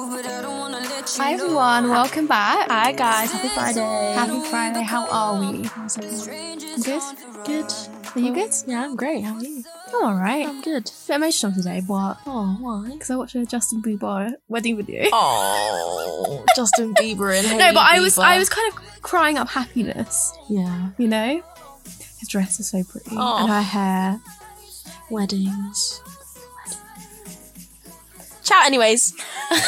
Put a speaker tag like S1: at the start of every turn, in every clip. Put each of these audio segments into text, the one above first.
S1: Hi everyone, welcome back.
S2: Hi guys, happy Friday.
S1: Happy Friday, how are we?
S2: How's everyone?
S1: Good?
S2: Good.
S1: Are you good?
S2: Yeah, I'm great. How are you?
S1: I'm alright.
S2: I'm good.
S1: bit emotional today, but
S2: Oh, why?
S1: because I watched a Justin Bieber wedding video.
S2: Oh, Justin Bieber and
S1: no,
S2: Hailey
S1: but I was
S2: Bieber.
S1: I was kind of crying up happiness,
S2: yeah.
S1: you know? His dress is so pretty.
S2: Oh.
S1: And her hair.
S2: Weddings. Ciao. Anyways. Hago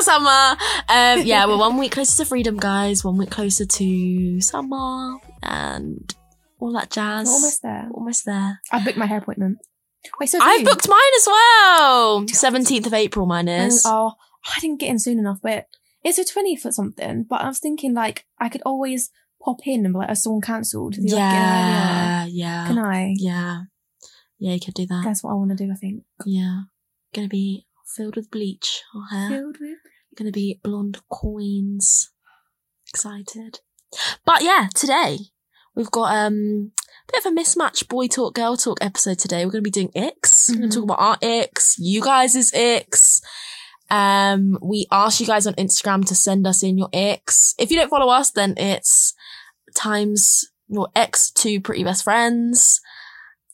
S2: summer. Um, yeah, we're one week closer to freedom, guys. One week closer to summer and all that
S1: I'm
S2: jazz.
S1: almost there.
S2: Almost there.
S1: I booked my hair appointment. Wait, so
S2: I've
S1: you.
S2: booked mine as well. 17th of April, mine
S1: And,
S2: is.
S1: oh, I didn't get in soon enough, but it's a 20 for something. But I was thinking, like, I could always pop in and be like, a song cancelled. They'd be like,
S2: yeah, yeah,
S1: yeah. Can I?
S2: yeah, yeah. You could do that.
S1: That's what I want to do, I think.
S2: Yeah, gonna be filled with bleach or hair.
S1: Filled with.
S2: Gonna be blonde coins. Excited, but yeah, today we've got um a bit of a mismatch boy talk girl talk episode today. We're gonna be doing icks. We're gonna
S1: Mhm.
S2: talk about our icks, you guys' icks. Um, we asked you guys on Instagram to send us in your icks. If you don't follow us, then it's times your ex to pretty best friends.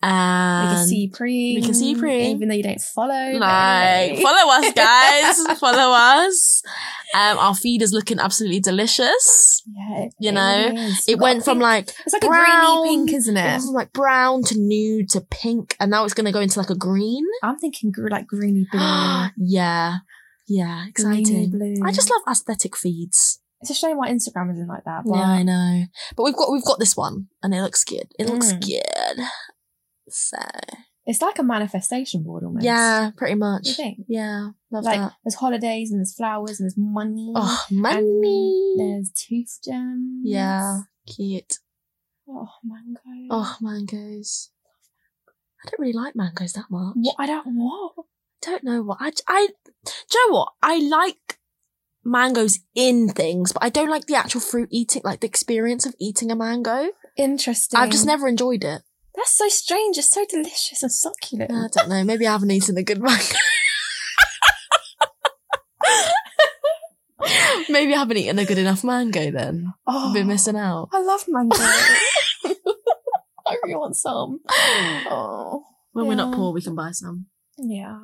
S2: And
S1: we can see pre.
S2: Um, we can see pre.
S1: Even though you don't follow.
S2: like
S1: me.
S2: follow us guys follow us um our feed is looking absolutely delicious
S1: Yeah, it,
S2: you know,
S1: really is.
S2: it
S1: We've got
S2: went from
S1: pink-
S2: like
S1: It's like
S2: brown-
S1: a greeny pink, isn't
S2: it
S1: it?
S2: went from like brown to nude to pink and now it's gonna go into like a green
S1: I'm thinking gr- like greeny blue.
S2: yeah yeah
S1: Greeny
S2: exciting
S1: blue.
S2: i just love aesthetic feeds
S1: It's a shame my Instagram isn't like that. But
S2: yeah i know but we've got we've got this one and it looks good it looks
S1: Mm.
S2: good so
S1: It's like a manifestation board almost.
S2: yeah pretty much
S1: You think?
S2: yeah love
S1: like
S2: that
S1: there's holidays and there's flowers and there's money.
S2: oh
S1: and
S2: money
S1: There's tooth gems.
S2: yeah cute
S1: Oh, mango.
S2: Oh, mangoes. I don't really like mangoes that much.
S1: What? I don't what?
S2: Don't know what. I, I, do you know what? I like mangoes in things, but I don't like the actual fruit eating, like the experience of eating a mango.
S1: Interesting.
S2: I've just never enjoyed it.
S1: That's so strange. It's so delicious and succulent.
S2: I don't know. Maybe I haven't eaten a good mango. Maybe I haven't eaten a good enough mango then.
S1: oh,
S2: I've been missing out.
S1: I love mango. I really want some. Oh,
S2: When we're not
S1: Yeah.
S2: poor, we can buy some.
S1: yeah.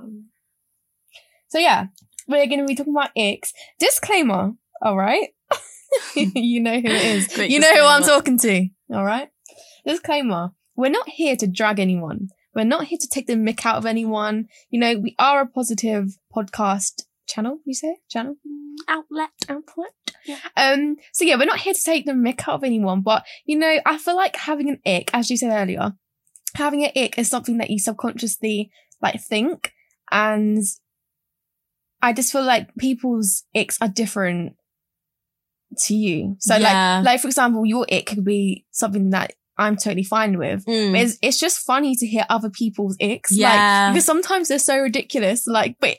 S1: So yeah, we're going to be talking about icks. Disclaimer. All right. you know who it is.
S2: Great
S1: you know who I'm
S2: disclaimer.
S1: talking to. All right. Disclaimer. We're not here to drag anyone. We're not here to take the mick out of anyone. You know, we are a positive podcast channel, you say? Channel?
S2: Outlet.
S1: outlet.
S2: Yeah.
S1: Um, so yeah, we're not here to take the mick out of anyone, but you know, I feel like having an ick, as you said earlier, having an ick is something that you subconsciously like think, and I just feel like people's icks are different to you. So
S2: Yeah.
S1: like, like for example, your ick could be something that I'm totally fine with.
S2: Mm.
S1: It's, it's just funny to hear other people's icks,
S2: Yeah.
S1: like because sometimes they're so ridiculous. Like, but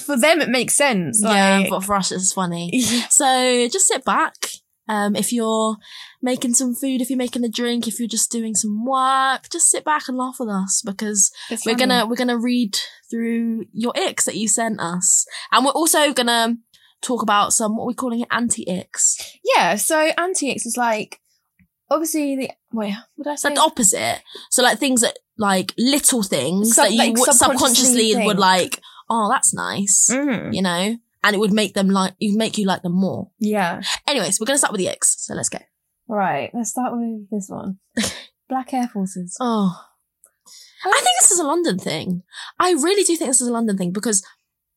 S1: for them it makes sense.
S2: yeah,
S1: like-
S2: but for us, it's funny. So just sit back. Um, if you're making some food, if you're making a drink, if you're just doing some work, just sit back and laugh with us because
S1: It's
S2: we're
S1: funny.
S2: gonna we're gonna read through your icks that you sent us, and we're also gonna talk about some what we're calling it anti icks.
S1: yeah. So antiques is like obviously the wait. What did I
S2: It's like
S1: say?
S2: the opposite. So like things that like little things
S1: Sub-
S2: that you
S1: like
S2: would subconsciously
S1: subconsciously
S2: would
S1: think.
S2: like. Oh, that's nice.
S1: Mm.
S2: You know. And it would make them like you make you like them more.
S1: Yeah.
S2: Anyways, we're gonna start with the icks. So let's go.
S1: Right. Let's start with this one. Black Air Forces.
S2: Oh. I think this is a London thing. I really do think this is a London thing because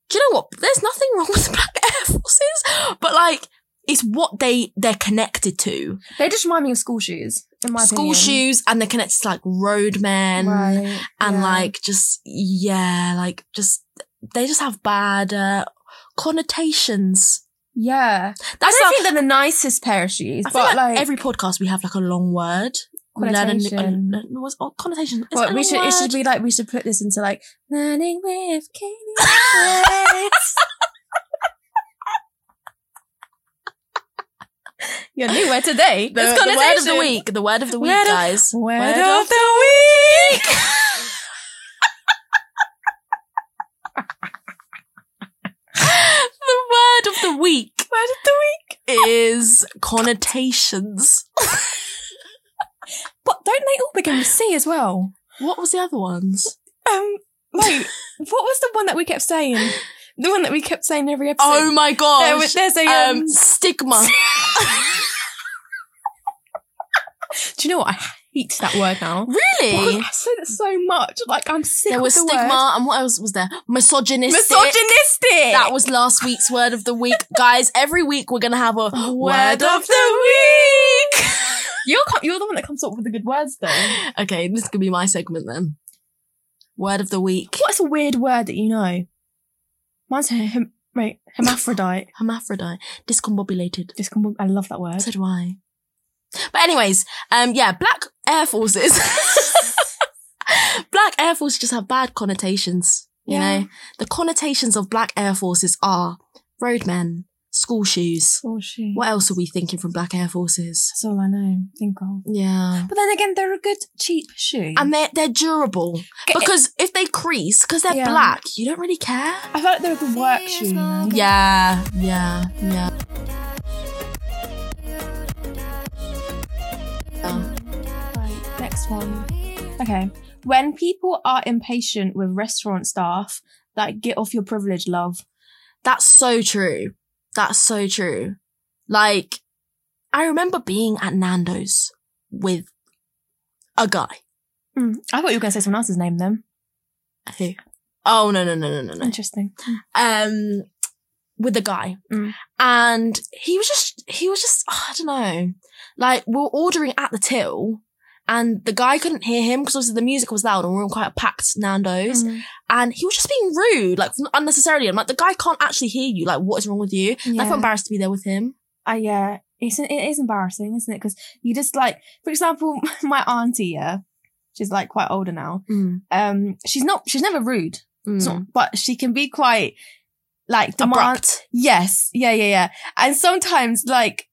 S2: do you know what? There's nothing wrong with black air forces, but like it's what they they're connected to.
S1: They just remind me of school shoes. In my
S2: School
S1: opinion.
S2: shoes and they're connected to like roadmen
S1: Right,
S2: and
S1: yeah.
S2: like just yeah, like just they just have bad uh, connotations.
S1: yeah. I
S2: That's
S1: don't
S2: not-
S1: think they're the nicest pair of shoes,
S2: I feel
S1: but
S2: like,
S1: like,
S2: every podcast we have like a long word. We learn a new-
S1: Connotation.
S2: a- a- what's- oh, connotation. Is it
S1: But
S2: a
S1: we
S2: long
S1: should it
S2: word?
S1: should be like we should put this into like learning with Katie. Bates. Your new word today.
S2: the,
S1: is
S2: the word of the
S1: connotation.
S2: week. The word of the week,
S1: Word of-
S2: guys.
S1: Word,
S2: Word
S1: of,
S2: of-
S1: the week.
S2: the week
S1: Word of the week.
S2: is connotations.
S1: But don't they all begin with C as well?
S2: What was the other ones?
S1: Um, wait, what was the one that we kept saying? The one that we kept saying every episode.
S2: Oh my gosh.
S1: there was, there's a um,
S2: um, stigma.
S1: Do you know what? I hate that word now. Because
S2: really?
S1: I said it so much. Like I'm sick.
S2: There
S1: of
S2: was
S1: the
S2: stigma,
S1: word.
S2: and what else was there? Misogynistic.
S1: Misogynistic.
S2: That was last week's word of the week, guys. Every week we're gonna have a word of
S1: the week. you're co- you're the one that comes up with the good words though.
S2: Okay, this could be my segment then. Word of the week.
S1: What's a weird word that you know? Mine's he- hem- wait, hermaphrodite.
S2: Hermaphrodite. Discombobulated.
S1: Just come- I love that word.
S2: So do I. But anyways, um, yeah, black air forces. black air forces just have bad connotations. You
S1: Yeah.
S2: know, the connotations of black air forces are roadmen, school shoes.
S1: Oh shoot.
S2: What else are we thinking from black air forces?
S1: That's all I know. Think of.
S2: Yeah.
S1: But then again, they're a good cheap shoe.
S2: And they're, they're durable
S1: Get it-
S2: because if they crease, because they're
S1: Yeah.
S2: black, you don't really care.
S1: I feel like they're a good work shoe. You know?
S2: Yeah, yeah, yeah.
S1: Right, next one. Okay. When people are impatient with restaurant staff, like get off your privilege, love.
S2: That's so true. That's so true. Like, I remember being at Nando's with a guy.
S1: Hmm, I thought you were going to say someone else's name then.
S2: Who? Oh no no no no no no.
S1: Interesting.
S2: Um, with a guy,
S1: Mm.
S2: and he was just he was just oh, I don't know. Like we were ordering at the till, and the guy couldn't hear him because obviously the music was loud and we were in quite a packed
S1: Hmm,
S2: Nando's.
S1: Mm.
S2: and he was just being rude, like unnecessarily. I'm like, the guy can't actually hear you. Like, what is wrong with you? And I
S1: Yeah.
S2: felt embarrassed to be there with him.
S1: I yeah, it's it is embarrassing, isn't it? Because you just like, for example, my auntie, yeah, she's like quite older now. Um, she's not, she's never rude, It's
S2: Mm.
S1: not- but she can be quite like demand.
S2: Abrupt.
S1: Yes, yeah, yeah, yeah. And sometimes like,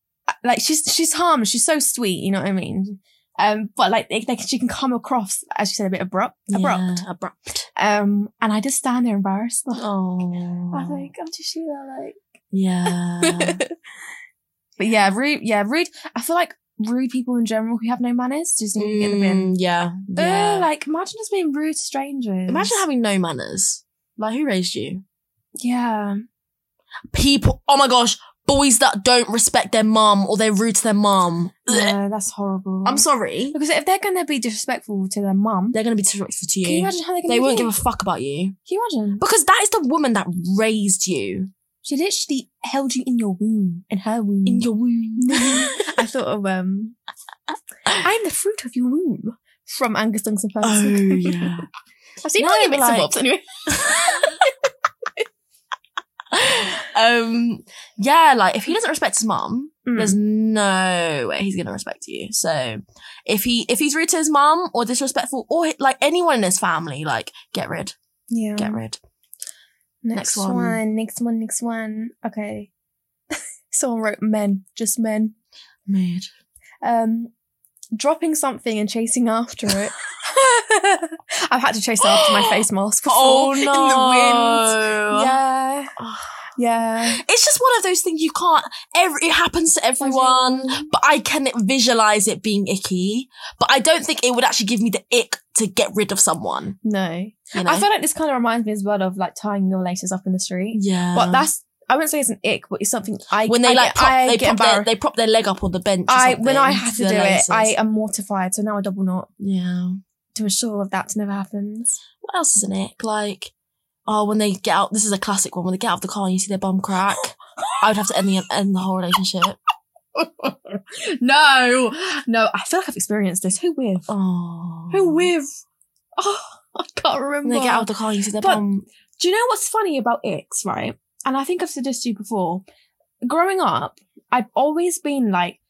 S1: like she's she's harmless. She's so sweet, you know what I mean. Um, but like, they, they, she can come across, as you said, a bit abrupt, abrupt.
S2: Yeah, abrupt.
S1: Um, and I just stand there embarrassed. Like,
S2: Oh.
S1: I'm like, I'm just Sheila, like.
S2: yeah.
S1: but yeah, rude. Yeah, rude. I feel like rude people in general who have no manners just need to get in the bin.
S2: Mm, yeah.
S1: Ugh,
S2: yeah.
S1: like imagine just being rude to strangers.
S2: Imagine having no manners. Like, who raised you?
S1: yeah,
S2: People. Oh my gosh. Boys that don't respect their mum or they're rude to their mum. Ugh.
S1: yeah, that's horrible.
S2: I'm sorry.
S1: because if they're gonna be disrespectful to their mum,
S2: They're going to be disrespectful to you.
S1: can you imagine how they're gonna?
S2: they won't
S1: be?
S2: give a fuck about you.
S1: Can you imagine?
S2: Because that is the woman that raised you
S1: She literally held you in your womb, in her womb.
S2: in your womb.
S1: I thought of um, I'm the fruit of your womb from Angus Duncan Ferguson.
S2: Oh, yeah.
S1: I've seen
S2: No,
S1: plenty of bits and
S2: like-
S1: bobs anyway.
S2: um yeah like if he doesn't respect his mum
S1: Mm.
S2: there's no way he's gonna respect you so if he if he's rude to his mum or disrespectful or like anyone in his family like get rid
S1: Yeah.
S2: get rid
S1: Next,
S2: Next one.
S1: one. Next one. Next one. Okay. Someone wrote men, just men.
S2: mood
S1: Um, dropping something and chasing after it. I've had to chase after my face mask before
S2: oh
S1: in the
S2: no
S1: wind. Yeah, yeah.
S2: it's just one of those things you can't every it happens to everyone but i can visualize it being icky but i don't think it would actually give me the ick to get rid of someone
S1: No,
S2: you know
S1: I feel like this kind of reminds me as well of like tying your laces up in the street.
S2: yeah
S1: But that's I wouldn't say it's an ick, but it's something I
S2: when
S1: I
S2: they like
S1: get-
S2: prop,
S1: I
S2: they,
S1: get
S2: prop their,
S1: embarrassed.
S2: they prop their leg up on the bench. or
S1: I
S2: something
S1: when I have to
S2: their
S1: do it,
S2: laces.
S1: I am mortified. So now I double knot
S2: yeah.
S1: to ensure that never happens.
S2: What else is in it? Like, oh, when they get out, this is a classic one. When they get out of the car and you see their bum crack, I would have to end the end the whole relationship.
S1: no, no, I feel like I've experienced this. Who with?
S2: Oh,
S1: Who with? Oh, I can't remember.
S2: When they get out of the car and you see their
S1: But-
S2: bum.
S1: Do you know what's funny about icks, right? And I think I've said this to you before. Growing up, I've always been like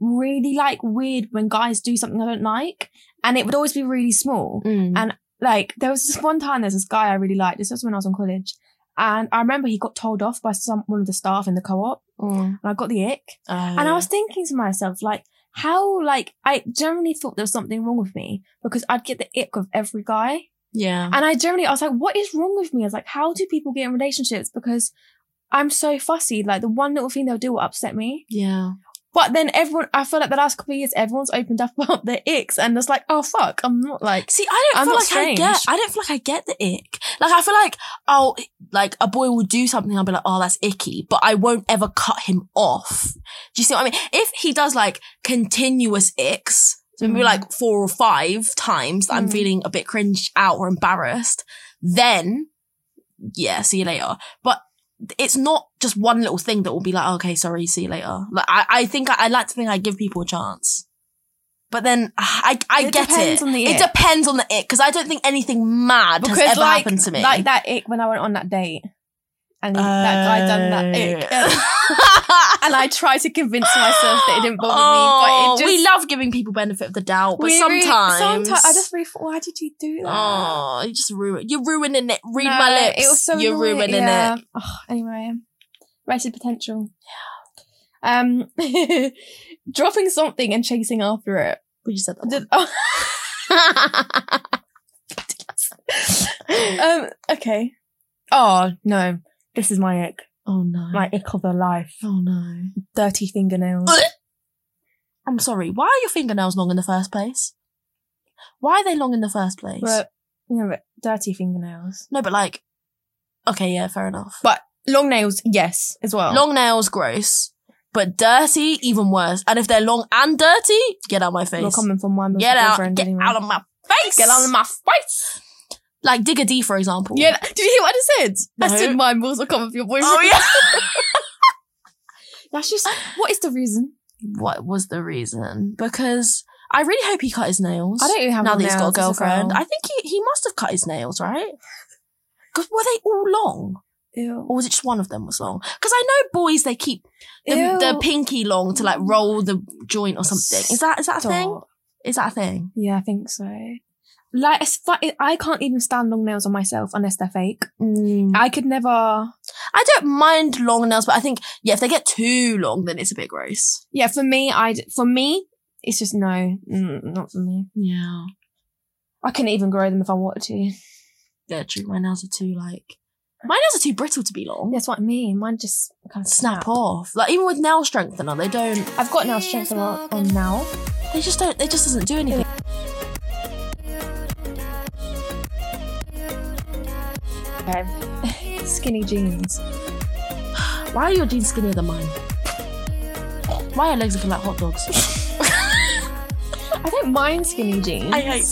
S1: really like weird when guys do something I don't like, and it would always be really small.
S2: Mm.
S1: Like there was this one time, there's this guy I really liked. This was when I was in college, and I remember he got told off by some one of the staff in the co-op,
S2: Mm.
S1: and I got the ick.
S2: Oh,
S1: And I was thinking to myself, like, how, like, I generally thought there was something wrong with me because I'd get the ick of every guy.
S2: yeah.
S1: And I generally, I was like, what is wrong with me? I was like, how do people get in relationships? Because I'm so fussy. Like the one little thing they'll do will upset me.
S2: Yeah.
S1: But then everyone, I feel like the last couple of years, everyone's opened up about their icks and it's like, oh fuck, I'm not like,
S2: See, I don't
S1: I'm
S2: feel
S1: not
S2: like
S1: strange.
S2: I get. I don't feel like I get the ick. Like I feel like oh, like a boy will do something. I'll be like, oh, that's icky. But I won't ever cut him off. Do you see what I mean? If he does like continuous icks, so maybe
S1: Mm.
S2: like four or five times, that I'm
S1: Mm.
S2: feeling a bit cringed out or embarrassed. Then, yeah, see you later. But it's not just one little thing that will be like, okay, sorry, see you later. Like I, I think I, I like to think I give people a chance. But then I, I
S1: It
S2: get
S1: depends
S2: it.
S1: on the
S2: it
S1: ick.
S2: depends on the ick because I don't think anything mad has ever
S1: like,
S2: happened to me.
S1: like that ick when I went on that date and that guy done that ick.
S2: Oh.
S1: And, and I tried to convince myself that it didn't bother
S2: oh,
S1: me, but it just,
S2: we love giving people benefit of the doubt, but
S1: we really-
S2: Oh, sometimes,
S1: sometimes, I just really thought, why did you do that?
S2: oh, you just ruin. You're ruining it. Read
S1: No,
S2: my lips.
S1: It was so
S2: you're
S1: annoying.
S2: ruining
S1: yeah.
S2: it.
S1: Oh, anyway, rated potential. Yeah. Um, dropping something and chasing after it.
S2: We just said that.
S1: Did- oh,
S2: one.
S1: um, okay. Oh no, this is my ick.
S2: oh no.
S1: My ick of the life.
S2: oh no.
S1: Dirty fingernails.
S2: I'm sorry. Why are your fingernails long in the first place? Why are they long in the first place?
S1: but you know, but dirty fingernails.
S2: no, but like, okay, yeah, fair enough.
S1: Long nails, yes, as well.
S2: Long nails, gross. But dirty, even worse. And if they're long and dirty, get out of my
S1: You're
S2: face.
S1: coming from my
S2: Get out.
S1: boyfriend
S2: Get
S1: anyway.
S2: out of my face.
S1: Get out of my face.
S2: Like Digger D, for example.
S1: Yeah, did you hear what I just said?
S2: No.
S1: I said mine balls are coming from your boyfriend.
S2: Oh, yeah.
S1: That's just what is the reason?
S2: what was the reason? Because I really hope he cut his nails.
S1: I don't even have
S2: Now that
S1: nails
S2: he's got a
S1: as
S2: girlfriend.
S1: well.
S2: I think he, he must have cut his nails, right? Because were they all long?
S1: Ew.
S2: Or was it just one of them was long? Because I know boys, they keep the, the
S1: Ew.
S2: pinky long to like roll the joint or something. Is that, is that a thing?
S1: Stop.
S2: Is that a thing?
S1: Yeah, I think so. Like, it's fu- I can't even stand long nails on myself unless they're fake. I could never.
S2: I don't mind long nails, but I think yeah, if they get too long, then it's a bit gross.
S1: Yeah, for me, I for me, it's just no, mm, not for me.
S2: Yeah,
S1: I couldn't even grow them if I wanted to.
S2: yeah, true. My nails are too like my nails are too brittle to be long.
S1: That's what I mean. Mine just kind of
S2: Snap off. Like even with nail strengthener, they don't.
S1: I've got nail strength on, on now.
S2: They just don't. They just doesn't do anything.
S1: Okay. Skinny jeans.
S2: Why are your jeans skinnier than mine? Why are your legs looking like hot dogs?
S1: I don't mind skinny jeans.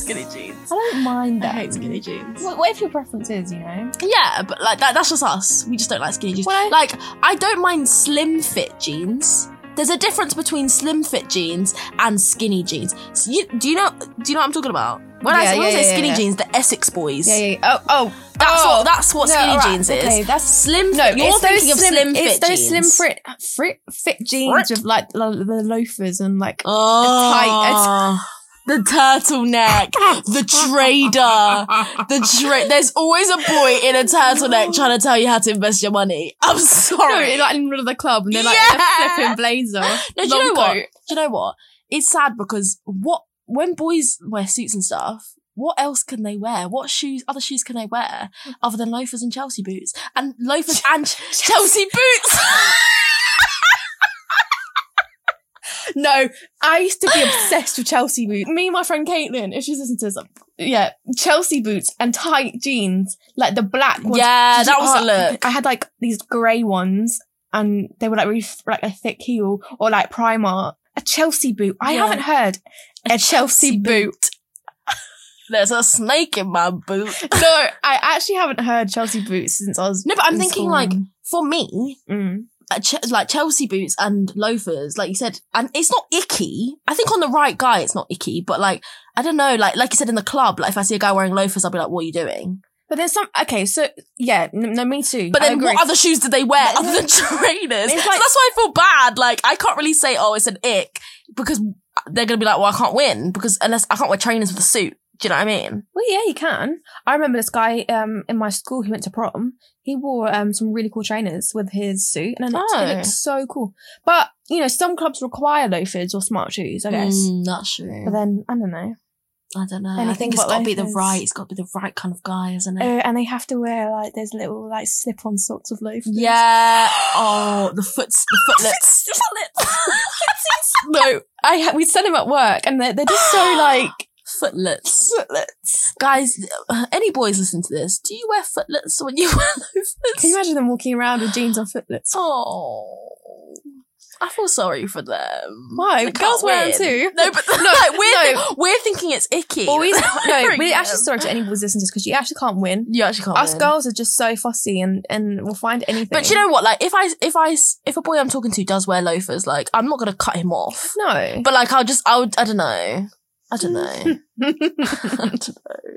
S2: jeans.
S1: I don't mind that.
S2: jeans.
S1: What, what if your preference is, you know?
S2: Yeah, but like that, that's just us. We just don't like skinny jeans.
S1: Well, I-
S2: like, I don't mind slim fit jeans. There's a difference between slim fit jeans and skinny jeans. So you, do you know? Do you know what I'm talking about? When
S1: Yeah,
S2: I, when I
S1: yeah,
S2: say
S1: yeah,
S2: skinny
S1: yeah.
S2: jeans, the Essex boys.
S1: Yeah, yeah. yeah. Oh, oh,
S2: That's
S1: oh.
S2: what that's what
S1: No,
S2: skinny
S1: alright,
S2: jeans is.
S1: okay, that's-
S2: slim.
S1: No,
S2: you're
S1: it's
S2: thinking
S1: those
S2: of slim fit
S1: It's those
S2: jeans.
S1: slim fit, fit, fit jeans with like lo- the loafers and like.
S2: Oh, the turtleneck, the trader. The tra- there's always a boy in a turtleneck trying to tell you how to invest your money. I'm
S1: No,
S2: sorry.
S1: in, like in front of the club, and they're like in
S2: Oh. Yeah.
S1: a flipping blazer.
S2: No, do you
S1: long
S2: know what?
S1: coat.
S2: do you know what? It's sad because what when boys wear suits and stuff, what else can they wear? What shoes, other shoes can they wear other than loafers and Chelsea boots? And loafers and Ch- Chelsea boots.
S1: No, I used to be obsessed with Chelsea boots. Me and my friend Caitlin, if she's listening to this, yeah, Chelsea boots and tight jeans, like the black ones.
S2: yeah, that was a
S1: Oh,
S2: look.
S1: I had like these grey ones, and they were like really th- like a thick heel or like Primark. A Chelsea boot. I
S2: Yeah.
S1: haven't heard a Chelsea boot.
S2: There's a snake in my boot.
S1: no, I actually haven't heard Chelsea boots since I was.
S2: No, but I'm
S1: in
S2: thinking
S1: school.
S2: like for me,
S1: Mm.
S2: uh, Ch- like Chelsea boots and loafers, like you said, and it's not icky. I think on the right guy, it's not icky, but like I don't know, like like you said in the club, like if I see a guy wearing loafers, I'll be like, "What are you doing?"
S1: But there's some. Okay, so yeah, no, no me too.
S2: But
S1: I
S2: then,
S1: agree.
S2: what other shoes did they wear
S1: But-
S2: other than trainers?
S1: It's
S2: so
S1: like-
S2: that's why I feel bad. Like I can't really say, "Oh, it's an ick," because they're gonna be like, "Well, I can't win," because unless I can't wear trainers with a suit. Do you know what I mean?
S1: Well, yeah, you can. I remember this guy um in my school who went to prom. He wore um some really cool trainers with his suit, and I thought
S2: Oh.
S1: it looked so cool. But you know, some clubs require loafers or smart shoes, I guess.
S2: Mm, that's true.
S1: But then I don't know.
S2: I don't know. I
S1: Anything
S2: think it's
S1: but
S2: got to be the
S1: loafers.
S2: right. It's got to be the right kind of guy, isn't it?
S1: Oh, and they have to wear like those little like slip-on sorts of loafers.
S2: yeah. Oh, the foots, the footlets.
S1: no, I ha- we sent them at work, and they're, they're just so like
S2: footlets. Guys, uh, any boys listen to this? Do you wear footlets when you wear loafers?
S1: Can you imagine them walking around with jeans on footlets?
S2: Oh, I feel sorry for them.
S1: Why?
S2: They can't
S1: Girls wear them
S2: win.
S1: too.
S2: No, but
S1: No,
S2: like, we're,
S1: no.
S2: thi- we're thinking it's icky.
S1: Always, no,
S2: wearing
S1: we're actually
S2: them.
S1: sorry to any boys listening to this because you actually can't win.
S2: You actually can't.
S1: Us
S2: win.
S1: girls are just so fussy and and will find anything.
S2: But you know what? Like, if I, if I, s- if a boy I'm talking to does wear loafers, like, I'm not gonna cut him off.
S1: no.
S2: But like, I'll just, I would, I don't know. I don't know. I don't know.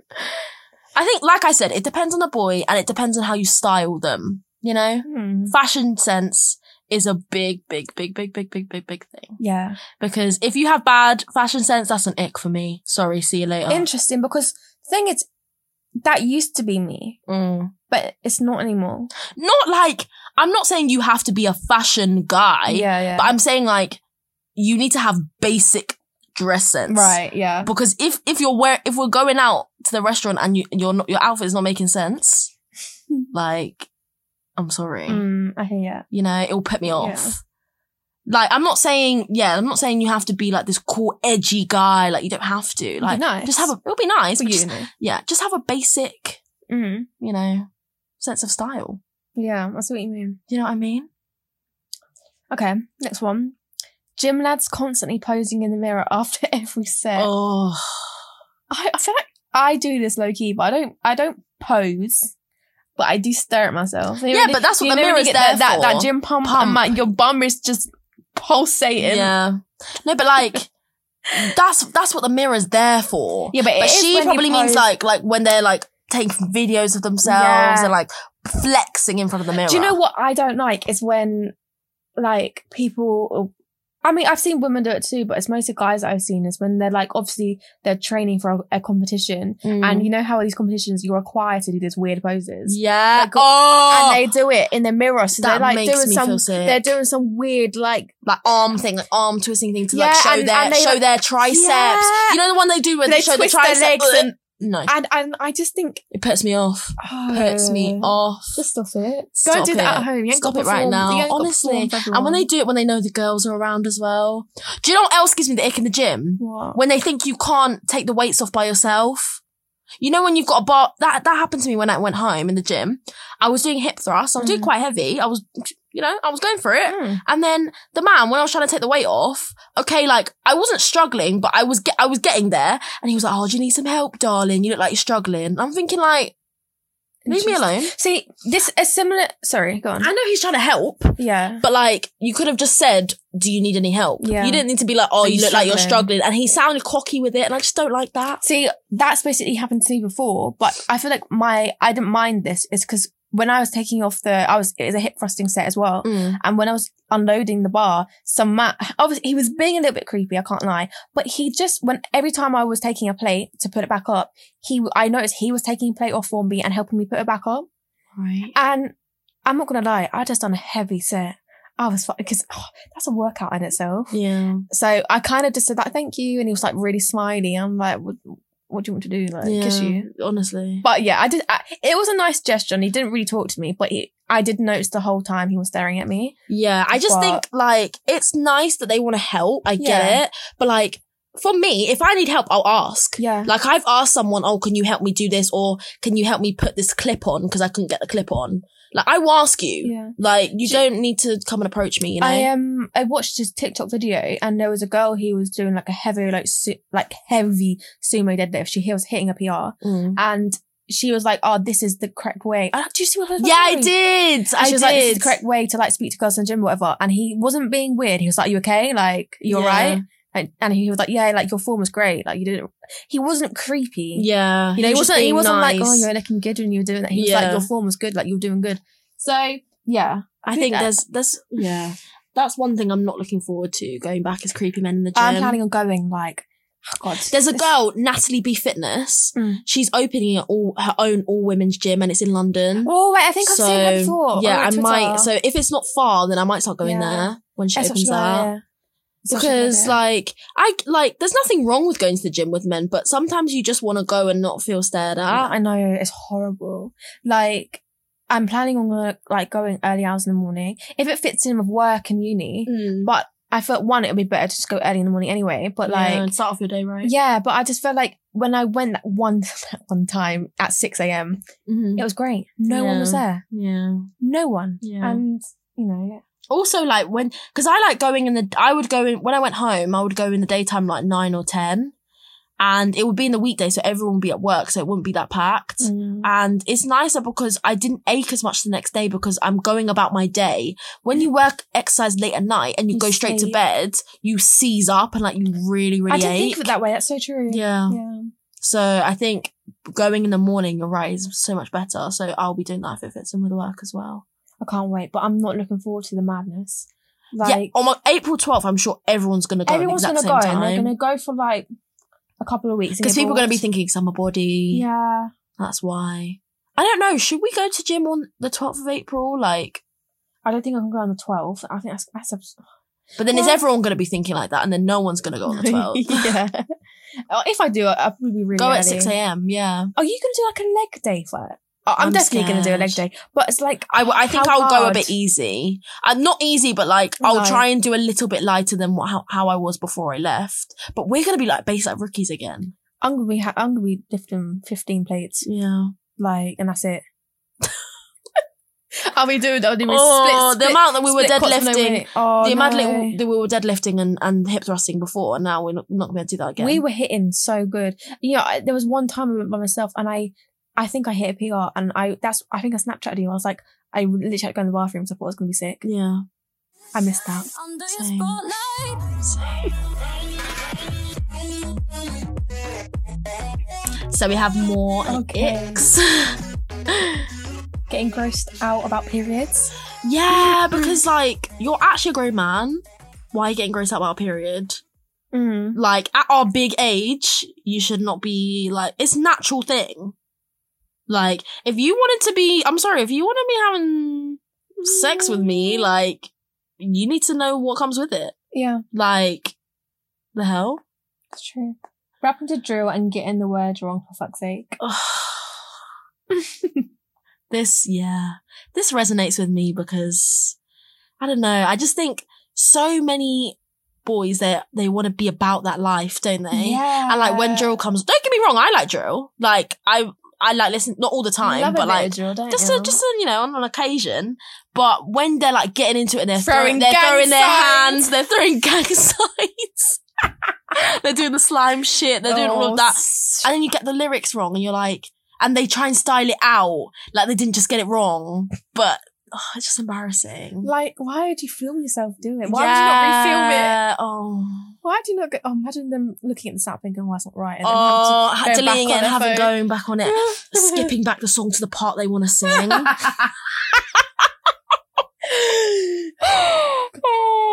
S2: I think, like I said, it depends on the boy and it depends on how you style them. You know,
S1: Hmm.
S2: fashion sense is a big, big, big, big, big, big, big, big thing.
S1: Yeah.
S2: Because if you have bad fashion sense, that's an ick for me. Sorry, see you later.
S1: Interesting because the thing is, that used to be me,
S2: Mm.
S1: but it's not anymore.
S2: Not like, I'm not saying you have to be a fashion guy,
S1: yeah, yeah.
S2: but I'm saying like, you need to have basic dress sense.
S1: right, yeah.
S2: Because if, if you're wear, if we're going out to the restaurant and you, you're not, your outfit is not making sense, like, I'm sorry.
S1: Mm, I hear ya.
S2: You know, it'll put me off.
S1: Yeah.
S2: Like, I'm not saying, yeah, I'm not saying you have to be like this cool, edgy guy. Like, you don't have to. Like,
S1: nice.
S2: just have a, it'll be nice.
S1: For
S2: but
S1: you.
S2: just- yeah, just have a basic,
S1: Mm,
S2: you know, sense of style.
S1: yeah, I see what you mean.
S2: Do you know what I mean?
S1: Okay, next one. Gym lads constantly posing in the mirror after every set.
S2: Oh,
S1: I, I feel like I do this low key, but I don't. I don't pose, but I do stare at myself. You
S2: Yeah,
S1: know,
S2: but that's what
S1: you know
S2: the
S1: when
S2: mirror's
S1: you get that, that,
S2: there
S1: that
S2: for.
S1: gym pump,
S2: Pump.
S1: And like, your bum is just pulsating.
S2: yeah. No, but like, that's that's what the mirror's there for.
S1: Yeah, but, it
S2: but
S1: is
S2: she
S1: when you
S2: probably means
S1: pose.
S2: like like when they're like taking videos of themselves
S1: Yeah.
S2: and like flexing in front of the mirror.
S1: Do you know what I don't like is when like people I mean I've seen women do it too, but it's mostly guys that I've seen is when they're like obviously they're training for a, a competition
S2: Mm.
S1: and you know how these competitions you're required to do these weird poses.
S2: yeah.
S1: Like,
S2: oh,
S1: And they do it in the mirror. So
S2: that
S1: they're like
S2: makes
S1: doing
S2: me
S1: some
S2: feel sick.
S1: they're doing some weird like
S2: like arm thing, like arm twisting thing to like
S1: Yeah,
S2: show
S1: and-
S2: their
S1: and they,
S2: show
S1: like-
S2: their triceps.
S1: Yeah.
S2: You know the one they do where they,
S1: they
S2: show
S1: twist
S2: the
S1: their
S2: triceps.
S1: legs and
S2: no,
S1: and, and I just think
S2: it puts me off.
S1: oh,
S2: Puts me off.
S1: Just stop it. Go
S2: Stop
S1: and do that
S2: it.
S1: at home. You ain't
S2: Stop
S1: got
S2: it right
S1: perform- you
S2: now,
S1: ain't got
S2: honestly.
S1: perform for
S2: And when they
S1: everyone.
S2: do it, when they know the girls are around as well. Do you know what else gives me the ick in the gym?
S1: what?
S2: When they think you can't take the weights off by yourself. You know when you've got a bar that that happened to me when I went home in the gym. I was doing hip thrusts. I was doing
S1: Mm.
S2: quite heavy. I was, you know, I was going for it.
S1: Mm.
S2: And then the man, when I was trying to take the weight off, okay, like I wasn't struggling, but I was get, I was getting there. And he was like, "Oh, do you need some help, darling? You look like you're struggling." And I'm thinking like, leave me
S1: Interesting.
S2: alone.
S1: See, this is similar. Sorry, Hmm. go on.
S2: I know he's trying to help,
S1: Yeah.
S2: but like you could have just said, "Do you need any help?"
S1: Yeah.
S2: You didn't need to be like, "Oh,
S1: Are
S2: you
S1: you
S2: look like you're
S1: struggling?
S2: struggling." And he sounded cocky with it, and I just don't like that.
S1: See, that's basically happened to me before, but I feel like my, I didn't mind this is because when I was taking off the, I was, it was a hip thrusting set as well. And when I was unloading the bar, some man, obviously he was being a little bit creepy, I can't lie, but he just, when every time I was taking a plate to put it back up, he, I noticed he was taking a plate off for me and helping me put it back up.
S2: Right.
S1: And I'm not going to lie, I just done a heavy set. I was because that's a workout in itself.
S2: Yeah.
S1: So I kind of just said like, thank you. And he was like really smiley. I'm like, what, what do you want to do? Like,
S2: yeah.
S1: kiss you.
S2: Honestly.
S1: But yeah, I did. I, it was a nice gesture and he didn't really talk to me, but he, I did notice the whole time he was staring at me.
S2: Yeah, I just
S1: But-
S2: think like it's nice that they want to help. I
S1: Yeah.
S2: get it, but like for me, if I need help, I'll ask.
S1: Yeah.
S2: Like I've asked someone, "Oh, can you help me do this?" or "Can you help me put this clip on?" because I couldn't get the clip on. Like I will ask you.
S1: Yeah.
S2: Like you
S1: Do-
S2: don't need to come and approach me. You know.
S1: I um I watched his TikTok video and there was a girl who was doing like a heavy like su- like heavy sumo deadlift. She was hitting a PR
S2: Mm.
S1: and she was like, "Oh, this is the correct way." Uh, do you see what I was
S2: Yeah, I
S1: doing?
S2: did.
S1: And
S2: I
S1: she was
S2: did.
S1: like, this is the correct way to like speak to girls in the gym, whatever. And he wasn't being weird. He was like, you okay? Like, you're
S2: Yeah.
S1: right. And, and he was like, yeah, like your form was great. Like you did not He wasn't creepy.
S2: Yeah,
S1: You know, he
S2: was just
S1: wasn't, he
S2: being
S1: wasn't like, oh,
S2: nice.
S1: you're looking good when you were doing that. He was
S2: Yeah.
S1: like, your form was good. Like you were doing good. So yeah.
S2: I
S1: think
S2: think
S1: that-
S2: there's there's yeah. That's one thing I'm not looking forward to going back as creepy men in the gym.
S1: I'm planning on going like, oh, God.
S2: There's a
S1: this-
S2: girl, Natalie B Fitness.
S1: Mm.
S2: She's opening a all her own all women's gym, and it's in London.
S1: Oh, wait, I think I've
S2: so,
S1: seen that before.
S2: Yeah,
S1: on
S2: I might.
S1: Twitter.
S2: So if it's not far, then I might start going
S1: Yeah.
S2: there when she
S1: That's what
S2: opens
S1: she-
S2: that.
S1: yeah. Social
S2: because
S1: media.
S2: like I like there's nothing wrong with going to the gym with men, but sometimes you just want to go and not feel stared at.
S1: I know it's horrible. Like I'm planning on uh, like going early hours in the morning if it fits in with work and uni. But I felt one, it would be better to just go early in the morning anyway. But like,
S2: yeah, and start off your day right.
S1: yeah. But I just felt like when I went that one that one time at six a.m.,
S2: Mhm.
S1: it was great. No one was
S2: Yeah.
S1: there.
S2: yeah.
S1: No one.
S2: Yeah.
S1: And you know, yeah.
S2: also like when because i like going in the i would go in when i went home i would go in the daytime like 9 or 10 and it would be in the weekday so everyone would be at work so it wouldn't be that packed
S1: Mm.
S2: and it's nicer because i didn't ache as much the next day because i'm going about my day when you work exercise late at night and you,
S1: You
S2: go straight to
S1: sleep.
S2: bed you seize up and like you really really
S1: I didn't
S2: ache
S1: think of it that way. That's so true.
S2: yeah
S1: Yeah.
S2: so i think going in the morning you're right is so much better so i'll be doing that if it fits in with work as well
S1: I can't wait, but I'm not looking forward to the madness.
S2: yeah, oh,
S1: Like
S2: on my, April 12th, I'm sure everyone's going to go.
S1: everyone's
S2: going
S1: gonna
S2: to
S1: go and they're gonna go for like a couple of weeks and
S2: Because
S1: get
S2: people are going to be
S1: bored.
S2: thinking summer body.
S1: Yeah.
S2: That's why. I don't know. Should we go to gym on the 12th of April? Like,
S1: I don't think I can go on the twelfth. I think that's that's abs-
S2: but then is
S1: Well-
S2: everyone going to be thinking like that? And then no one's going to go on the 12th.
S1: yeah. Oh, if I do, I- I'll probably be really
S2: go
S1: early.
S2: at 6 a.m. Yeah.
S1: Are you gonna do like a leg day for it? Oh, I'm,
S2: I'm
S1: definitely gonna do a leg
S2: scared.
S1: day, but it's like
S2: I, w- I think
S1: How
S2: I'll go a
S1: hard?
S2: bit e- easy. I'm not easy, but like, I'll
S1: Right.
S2: try and do a little bit lighter than what, how, how I was before I left. But we're going to be like base like rookies again.
S1: I'm gonna be ha- I'm gonna be lifting 15 plates,
S2: Yeah.
S1: like, and that's it. I'll be doing. I'll do
S2: Oh,
S1: split,
S2: the amount that we were
S1: split squats, no
S2: deadlifting.
S1: weight. Oh,
S2: the amount
S1: no.
S2: that we were deadlifting and, and hip thrusting before, and now we're not, not going to do that again.
S1: We were hitting so good. You know, I, there was one time I went by myself and I, I think I hit a PR and I, that's, I think I Snapchatted you. I was like, I literally had to go in the bathroom so I thought I was going to be sick.
S2: yeah.
S1: I missed that.
S3: Under your
S2: Same.
S3: spotlight.
S2: So we have more
S1: Okay.
S2: icks.
S1: Getting grossed out about periods.
S2: yeah, because like you're actually a grown man. Why are you getting grossed out about a period?
S1: Mm.
S2: Like at our big age, you should not be like it's a natural thing. Like if you wanted to be, I'm sorry, if you want to be having sex with
S1: Mm.
S2: me, like you need to know what comes with it.
S1: Yeah,
S2: Like the hell.
S1: it's true. Wrapping to drill and getting the words wrong for fuck's sake.
S2: this, yeah, this resonates with me because I don't know. I just think so many boys they they want to be about that life, don't they?
S1: Yeah.
S2: And like when drill comes, don't get me wrong, I like drill. Like I I like listen not all the time,
S1: Love a bit
S2: but
S1: of
S2: like.
S1: drill, don't
S2: Just,
S1: you?
S2: a, just a, you know, on an occasion, but when they're like getting into it, and they're
S1: Throwing
S2: throwing, they're
S1: gang
S2: throwing their
S1: signs.
S2: hands, they're throwing gang signs, they're doing the slime shit, they're doing all
S1: Oh,
S2: of that
S1: s-
S2: and then you get the lyrics wrong and you're like and they try and style it out like they didn't just get it wrong but oh, it's just embarrassing
S1: Like, why would you film yourself doing it? Why would you not refilm it?
S2: Yeah, oh,
S1: Why do you not go? Oh, imagine them looking at this app and going, "Well, "Oh, that's not right." And then have
S2: oh
S1: go back
S2: deleting it
S1: on
S2: and
S1: their phone.
S2: having going back on it
S1: to-
S2: skipping back the song to the part they want to sing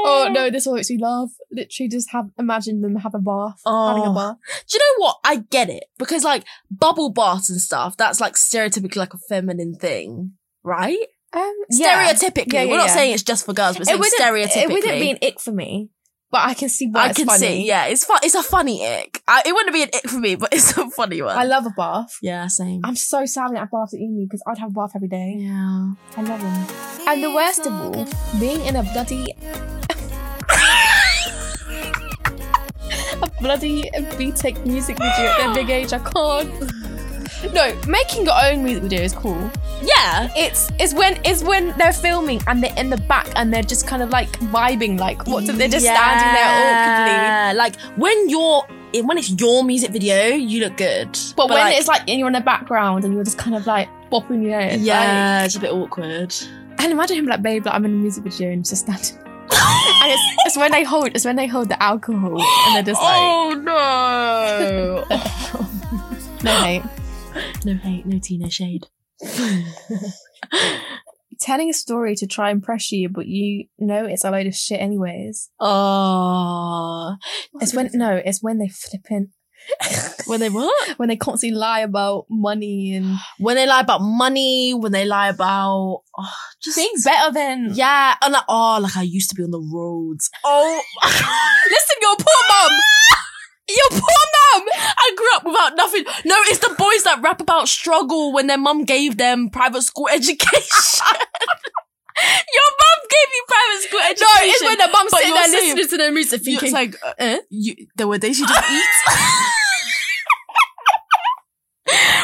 S1: oh no, this all makes me laugh. Literally, just have imagine them have a bath, having a
S2: Oh.
S1: bath.
S2: do you know what i get it because like bubble baths and stuff that's like stereotypically like a feminine thing right
S1: Um,
S2: stereotypically
S1: Yeah, yeah,
S2: we're not
S1: yeah.
S2: saying it's just for girls but
S1: it
S2: saying
S1: wouldn't.
S2: stereotypically
S1: It wouldn't be an ick for me, but I can see why
S2: I
S1: it's
S2: can
S1: funny.
S2: see. Yeah, it's fun. It's a funny ick. I, it wouldn't be an ick for me, but it's a funny one.
S1: I love a bath.
S2: yeah, same.
S1: I'm so sad that I bath at uni because I'd have a bath every day.
S2: yeah.
S1: I love them. And the worst of all, being in a bloody, a bloody BTEC music video at a big age, I can't. No, making your own music video is cool.
S2: Yeah.
S1: It's it's when it's when they're filming and they're in the back and they're just kind of like vibing, like what? They're just standing there awkwardly.
S2: Yeah. Like when you're in- when it's your music video, you look good.
S1: But, when
S2: like,
S1: it's like and you're in the background and you're just kind of like bopping your head,
S2: yeah, it's a bit awkward.
S1: like- and imagine him like, babe, like I'm in a music video and it's just standing. and it's, it's when they hold it's when they hold the alcohol and they're just like.
S2: Oh, no!
S1: No hate.
S2: no hate, no tea, no shade.
S1: Telling a story to try and pressure you, but you know it's a load of shit anyways.
S2: oh,
S1: It's when no, it's when they flip in.
S2: When they what?
S1: when they constantly lie about money and
S2: When they lie about money, when they lie about oh, just
S1: being better than
S2: Yeah, and like, oh, like I used to be on the roads. Oh,
S1: Listen, you're a poor mum.
S2: your poor mum! I grew up without nothing. No, it's the boys that rap about struggle when their mum gave them private school education. your mum gave you private school education.
S1: No, it's when the mum's
S2: But
S1: sitting
S2: you're
S1: there
S2: saying-
S1: listening to their music
S2: You-
S1: thinking,
S2: it's like uh,
S1: eh?
S2: you, there were days you didn't eat.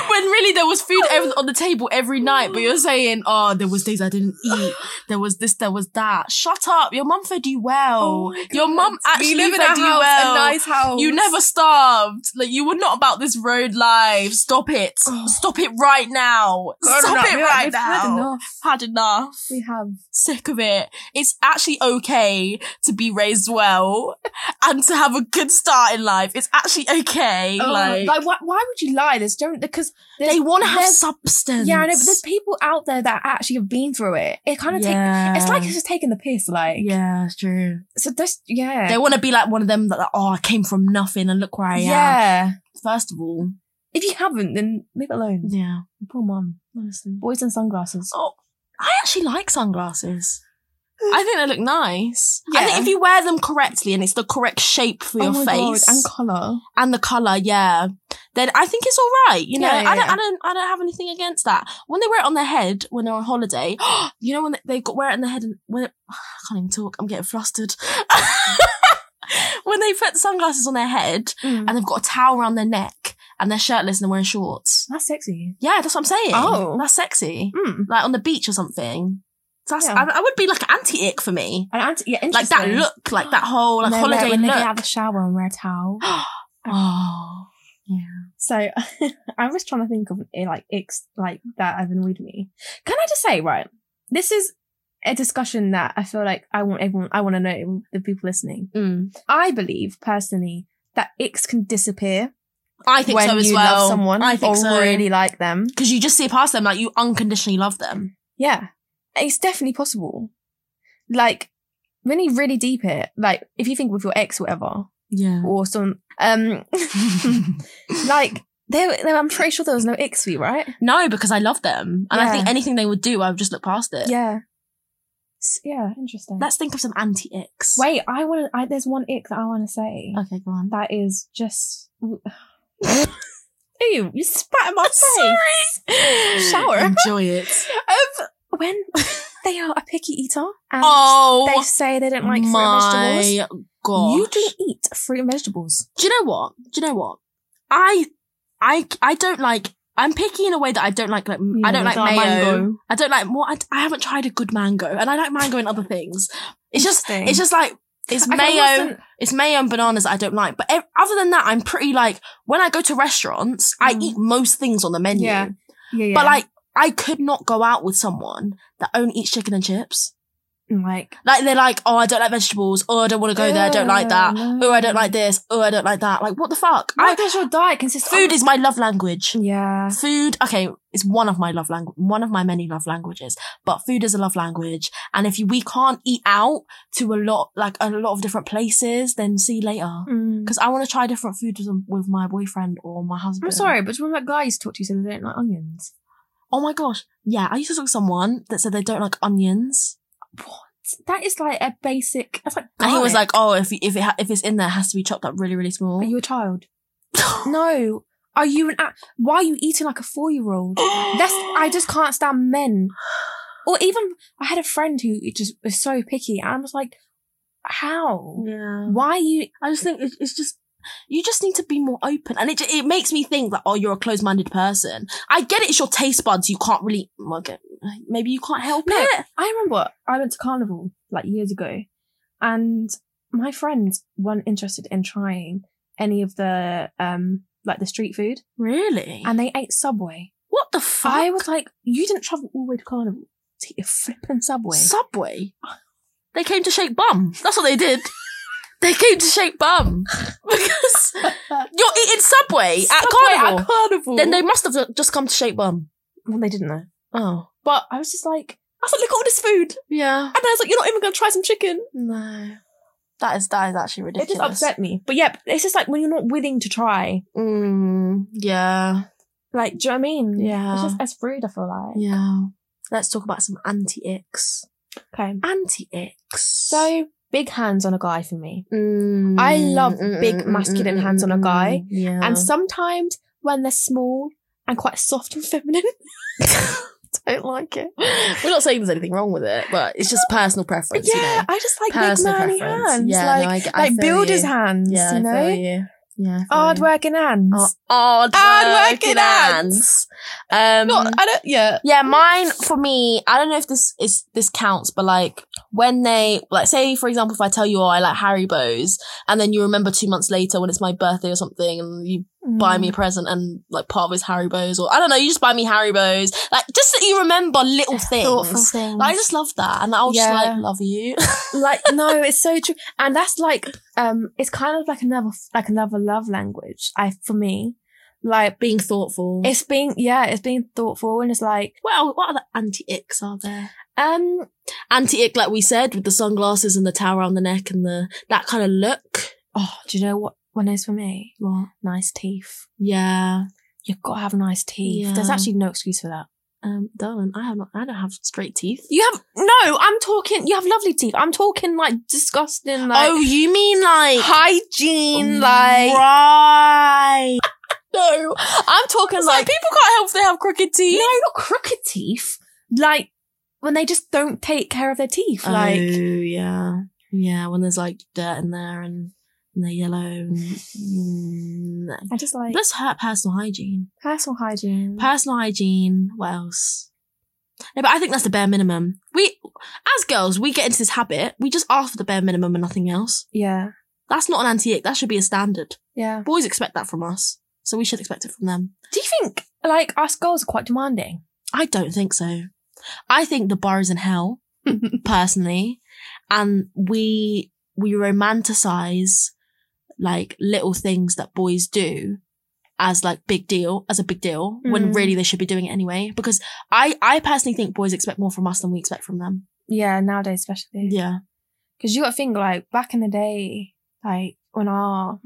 S2: when really there was food ev- on the table every night, but you're saying, oh, there was days I didn't eat. There was this, there was that. Shut up! Your mum fed you well.
S1: Oh my
S2: your mum actually
S1: we live in a
S2: fed
S1: house,
S2: you well.
S1: a nice house.
S2: you never starved. Like you were not about this road life. Stop it.
S1: Oh.
S2: Stop it right now.
S1: God,
S2: Stop
S1: no,
S2: it
S1: we-
S2: right
S1: we've
S2: now.
S1: had enough.
S2: Had enough
S1: We have.
S2: sick of it. It's actually okay to be raised well and to have a good start in life. It's actually okay.
S1: Oh,
S2: like,
S1: why, why would you lie? There's don't because there's-
S2: they want to have
S1: there's-
S2: substance.
S1: Yeah, I know, but there's people out there that actually have been through it. It kind of takes.
S2: yeah.
S1: It's like it's just taking the piss, like
S2: yeah, it's true.
S1: So that's yeah,
S2: They want to be like one of them that, like, oh, I came from nothing and look where I am.
S1: yeah.
S2: First of all,
S1: If you haven't, then leave it alone.
S2: yeah.
S1: Poor mum.
S2: Honestly.
S1: Boys and sunglasses.
S2: Oh, I actually like sunglasses. I think they look nice. I
S1: Yeah. Oh
S2: think if you wear them correctly and it's the correct shape for your
S1: my
S2: face
S1: god, and color.
S2: and the color, yeah, then I think it's all right. You know,
S1: Yeah, yeah,
S2: I don't,
S1: yeah.
S2: I don't, I don't have anything against that. When they wear it on their head when they're on holiday, you know, when they, they got wear it on their head and when it, I can't even talk, I'm getting flustered. when they put sunglasses on their head and they've got a towel around their neck and they're shirtless and they're wearing shorts,
S1: That's sexy.
S2: yeah, that's what I'm saying.
S1: Oh.
S2: that's sexy,
S1: Mm.
S2: like on the beach or something. So that's,
S1: Yeah.
S2: I, I would be like an anti-ick for me,
S1: And anti- yeah,
S2: like that
S1: interesting.
S2: look, like that whole like
S1: When they wear-
S2: holiday
S1: when
S2: look.
S1: they get out of the shower and wear a towel.
S2: oh,
S1: So I was trying to think of eh, like icks like that have annoyed me. Can I just say, right? This is a discussion that I feel like I want everyone, I want to know the people listening.
S2: Mm.
S1: I believe personally that icks can disappear
S2: I think
S1: when
S2: so as
S1: you
S2: well.
S1: love someone
S2: I
S1: or
S2: think so.
S1: really like them.
S2: because you just see past them like you unconditionally love them.
S1: Yeah, it's definitely possible. Like when you really deep it, like if you think with your ex, or whatever,
S2: Yeah.
S1: or some, um, like there, there, I'm pretty sure there was no icks for you, right?
S2: no, because I love them, and I
S1: Yeah.
S2: think anything they would do, I would just look past it.
S1: Yeah. S- Yeah, interesting.
S2: Let's think of some anti-icks.
S1: Wait, I want to. There's one ick that I want to say.
S2: Okay, go on.
S1: That is just. Ew, you spat in my
S2: Sorry.
S1: face. Shower.
S2: Enjoy it.
S1: Um, when they are a picky eater and they
S2: Oh
S1: say they don't like fruit and vegetables,
S2: my god!
S1: you do eat fruit and vegetables.
S2: do you know what? Do you know what? I, I, I don't like. I'm picky in a way that I don't like. Like I don't like mayo. I don't like what I, I haven't tried a good mango, and I like mango and other things. It's just,
S1: Interesting.
S2: it's just like it's
S1: Okay, I
S2: mayo.
S1: wasn't-
S2: It's mayo and bananas I don't like. But ev- other than that, I'm pretty like when I go to restaurants, I
S1: Mm.
S2: eat most things on the menu.
S1: Yeah, yeah, yeah.
S2: But like I could not go out with someone that only eats chicken and chips.
S1: And, Mm, like
S2: Like they're like, oh, I don't like vegetables. Oh, I don't want to go there. I don't like that. Oh, I don't like this. Oh, I don't like that. Like what the fuck?
S1: Why
S2: I,
S1: does uh, your diet consist?
S2: food
S1: of-
S2: is my love language.
S1: yeah.
S2: Food, okay, is one of my love language, one of my many love languages, but food is a love language. And if you, we can't eat out to a lot, like a lot of different places, then see you later.
S1: Mm.
S2: Because I want to try different food with, with my boyfriend or my husband.
S1: I'm sorry, but do you remember that guy I used to talk to you said they don't like onions?
S2: Oh my gosh. Yeah, I used to talk to someone that said they don't like onions.
S1: That is like a basic. That's like.
S2: And he was
S1: garlic.
S2: like, oh, if, you- if, it ha- if it's in there, it has to be chopped up really, really small.
S1: Are you a child? No. Are you an? a- Why are you eating like a four-year-old? That's. I just can't stand men. Or even I had a friend who just was so picky, and I was like, how?
S2: Yeah.
S1: Why are you?
S2: I just think it's, it's just you just need to be more open, and it ju- it makes me think that oh, you're a closed-minded person. I get it; it's your taste buds. You can't really well, okay, maybe you can't help
S1: No.
S2: it.
S1: I remember I went to carnival like years ago, and my friends weren't interested in trying any of the um like the street food,
S2: Really? And
S1: and they ate Subway.
S2: what the fuck?
S1: I was like, you didn't travel all the way to carnival to eat a flipping Subway.
S2: Subway. They came to shake bum. That's what they did. they came to shake bum because you're eating Subway, at
S1: uh, Subway
S2: carnival.
S1: At carnival.
S2: then they must have just come to shake bum.
S1: well, they didn't know.
S2: Oh,
S1: But I was just like, I was like, look at all this food. And
S2: yeah.
S1: I was like, you're not even going to try some chicken.
S2: No. That is that is actually
S1: It
S2: ridiculous.
S1: just upset me. But yeah, it's just like when you're not willing to try.
S2: Mm, yeah.
S1: Like, do you know what I mean?
S2: Yeah.
S1: It's just it's rude, I feel like.
S2: Yeah. Let's talk about some anti-icks.
S1: Okay.
S2: Anti-icks. So
S1: So big hands on a guy for me.
S2: Mm.
S1: I love big masculine hands on a guy.
S2: Yeah.
S1: And sometimes when they're small and quite soft and feminine. don't like it.
S2: We're not saying there's anything wrong with it, but it's just personal preference.
S1: yeah,
S2: you know?
S1: I just like
S2: personal
S1: big manly
S2: preference.
S1: hands.
S2: Yeah,
S1: like
S2: no, I get- I
S1: like
S2: feel
S1: builders'
S2: you.
S1: hands,
S2: Yeah,
S1: you
S2: I feel
S1: know?
S2: you. Oh, Yeah,
S1: Hard working hands.
S2: hard,
S1: Hard working
S2: working hands. Um,
S1: Not I don't yeah.
S2: yeah, mine for me. I don't know if this is this counts, but like when they like say for example, if I tell you oh I like Harry Bows, and then you remember two months later when it's my birthday or something, and you buy me a present and like part of it's Harry Bows, or I don't know, you just buy me Harry Bows, like just that you remember little Mm, things.
S1: things.
S2: Like, I just love that, and I'll just
S1: Yeah.
S2: like love you.
S1: like no it's so true and that's like um it's kind of like another like another love language i for me like
S2: Being thoughtful.
S1: it's being yeah it's being thoughtful and it's like
S2: well, what other anti icks are there?
S1: um
S2: anti ick, like we said, with the sunglasses and the towel around the neck and the that kind of look.
S1: oh do you know what one is for me nice teeth
S2: Yeah.
S1: you've got to have nice teeth
S2: Yeah.
S1: there's actually no excuse for that
S2: Um, darling, I have not, I don't have straight teeth.
S1: you have no i'm talking you have lovely teeth i'm talking like disgusting like Oh,
S2: oh, you mean like
S1: hygiene like
S2: right?
S1: no i'm talking
S2: It's
S1: like
S2: like people can't help if they have crooked teeth.
S1: No, not crooked teeth. Like when they just don't take care of their teeth.
S2: oh,
S1: Like
S2: yeah, yeah. When there's like dirt in there and, and they're yellow. And, mm, no.
S1: I just like
S2: Let's hurt personal hygiene.
S1: personal hygiene.
S2: Personal hygiene. What else? No, but I think that's the bare minimum. We, as girls, we get into this habit. We just ask for the bare minimum and nothing else.
S1: yeah,
S2: That's not an anti-ick. That should be a standard.
S1: yeah.
S2: Boys expect that from us, so we should expect it from them.
S1: Do you think like us girls are quite demanding?
S2: I don't think so. I think the bar is in hell, personally, and we we romanticize like little things that boys do as like big deal as a big deal when
S1: Mm.
S2: really they should be doing it anyway because i i personally think boys expect more from us than we expect from them
S1: yeah, nowadays especially.
S2: yeah
S1: Because you got to think like back in the day, like when our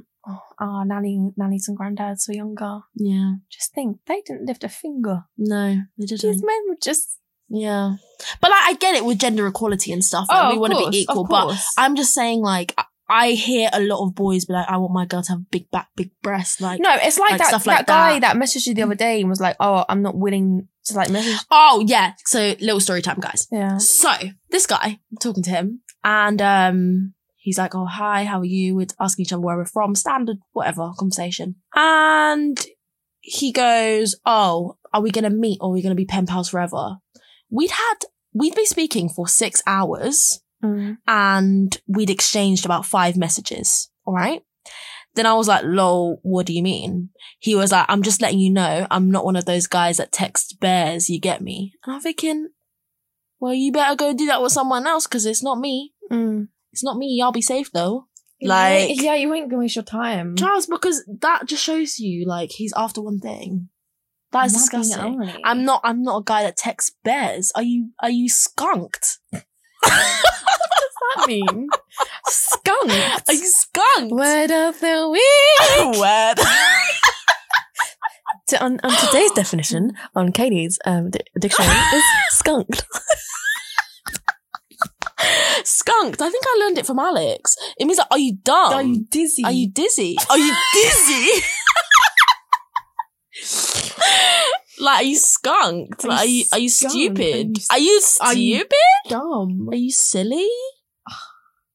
S1: our nanny, nannies and granddads were younger.
S2: yeah
S1: Just think they didn't lift a finger.
S2: no they didn't
S1: These men were just
S2: yeah but like, i get it with gender equality and stuff like, we
S1: Oh, of
S2: want to
S1: course,
S2: be
S1: of
S2: equal but
S1: course.
S2: I'm just saying, like, I- I hear a lot of boys be like, I want my girl to have big back, big breasts. Like,
S1: no, it's like,
S2: like,
S1: that,
S2: stuff
S1: that
S2: like
S1: guy
S2: that.
S1: that messaged you the other day and was like, "Oh, I'm not willing to like message."
S2: oh, yeah. So, little story time, guys.
S1: Yeah.
S2: So, this guy, I'm talking to him, and um, he's like, Oh, hi, how are you? We're asking each other where we're from, standard, whatever conversation. And he goes, Oh, are we going to meet or are we going to be pen pals forever? We'd had, we'd be speaking for six hours.
S1: Mm.
S2: and we'd exchanged about five messages. All right. Then I was like, lol, what do you mean? He was like, I'm just letting you know I'm not one of those guys that text bears, you get me? And I'm thinking, well, you better go do that with someone else because it's not me.
S1: Mm.
S2: It's not me. I'll be safe though.
S1: Like,
S2: Like-
S1: yeah, you ain't gonna waste your time.
S2: Charles, because that just shows you like he's after one thing. That is disgusting. I'm not, I'm not a guy that texts bears. Are you, are you skunked?
S1: I mean, skunk.
S2: Are you skunked?
S1: Word of the week.
S2: Word.
S1: To- on, on today's definition, on Katie's um, di- dictionary, is skunked.
S2: Skunked. I think I learned it from Alex. It means like, are you dumb?
S1: Are you dizzy?
S2: Are you dizzy? Are you dizzy? like, are you skunked?
S1: Are
S2: Like, Are
S1: you
S2: you, are you
S1: skunked?
S2: stupid?
S1: Are
S2: Are you
S1: are you-
S2: stupid?
S1: dumb?
S2: Are you silly?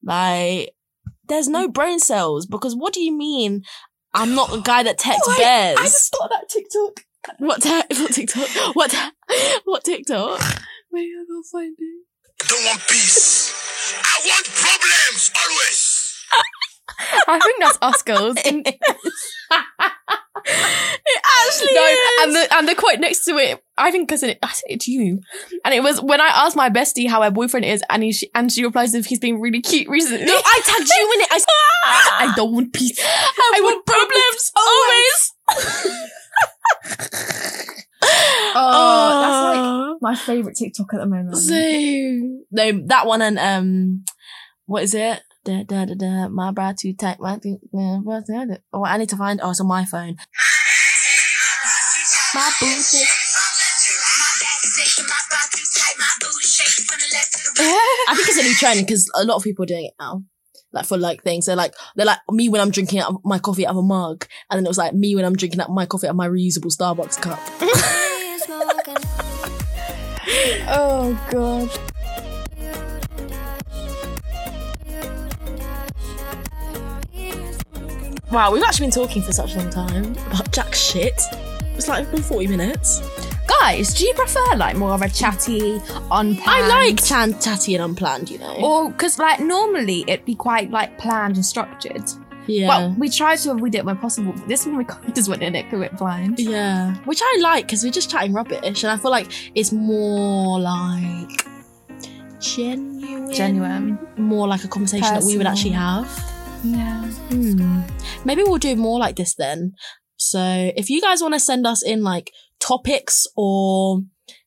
S2: Like, there's no brain cells because what do you mean? I'm not a guy that texts
S1: Oh,
S2: bears.
S1: I just thought of that TikTok.
S2: What, te- what TikTok? What, te- what TikTok?
S1: Wait, I gotta find it.
S3: don't want peace. I want problems always.
S1: I think that's us girls.
S2: it actually
S1: No,
S2: is.
S1: and the and the quote next to it, I think because it, I sent it to you, and it was when I asked my bestie how her boyfriend is, and he, she, and she replies if he's been really cute recently.
S2: No, I tagged you in it. I, s-
S1: I don't want peace.
S2: Ah! I,
S1: I
S2: want problems always.
S1: Oh, My
S2: Ah.
S1: favorite TikTok at the moment.
S2: so no, that one and um, what is it? Da, da, da, da, my bra too tight. My thing, uh, bra too tight. oh, I need to find. Oh, it's on my phone. My boots. I think it's a new trend because a lot of people are doing it now. Like for like things, they're like they're like me when I'm drinking out of my coffee out of a mug, and then it was like me when I'm drinking out my coffee out of my reusable Starbucks cup.
S4: Oh god.
S2: Wow, we've actually been talking for such a long time about jack shit. It's like been 40 minutes.
S1: Guys, do you prefer like more of a chatty, unplanned?
S2: I like chan- chatty and unplanned, you know.
S1: Or because like normally it'd be quite like planned and structured.
S2: yeah.
S1: Well, we try to avoid it when possible, but this one we kind of just went in it, go it blind.
S2: yeah. Which I like because we're just chatting rubbish and I feel like it's more like genuine.
S1: Genuine.
S2: More like a conversation that we would
S1: Personal.
S2: actually have.
S1: Yeah.
S2: Hmm. Maybe we'll do more like this then. So if you guys want to send us in like topics or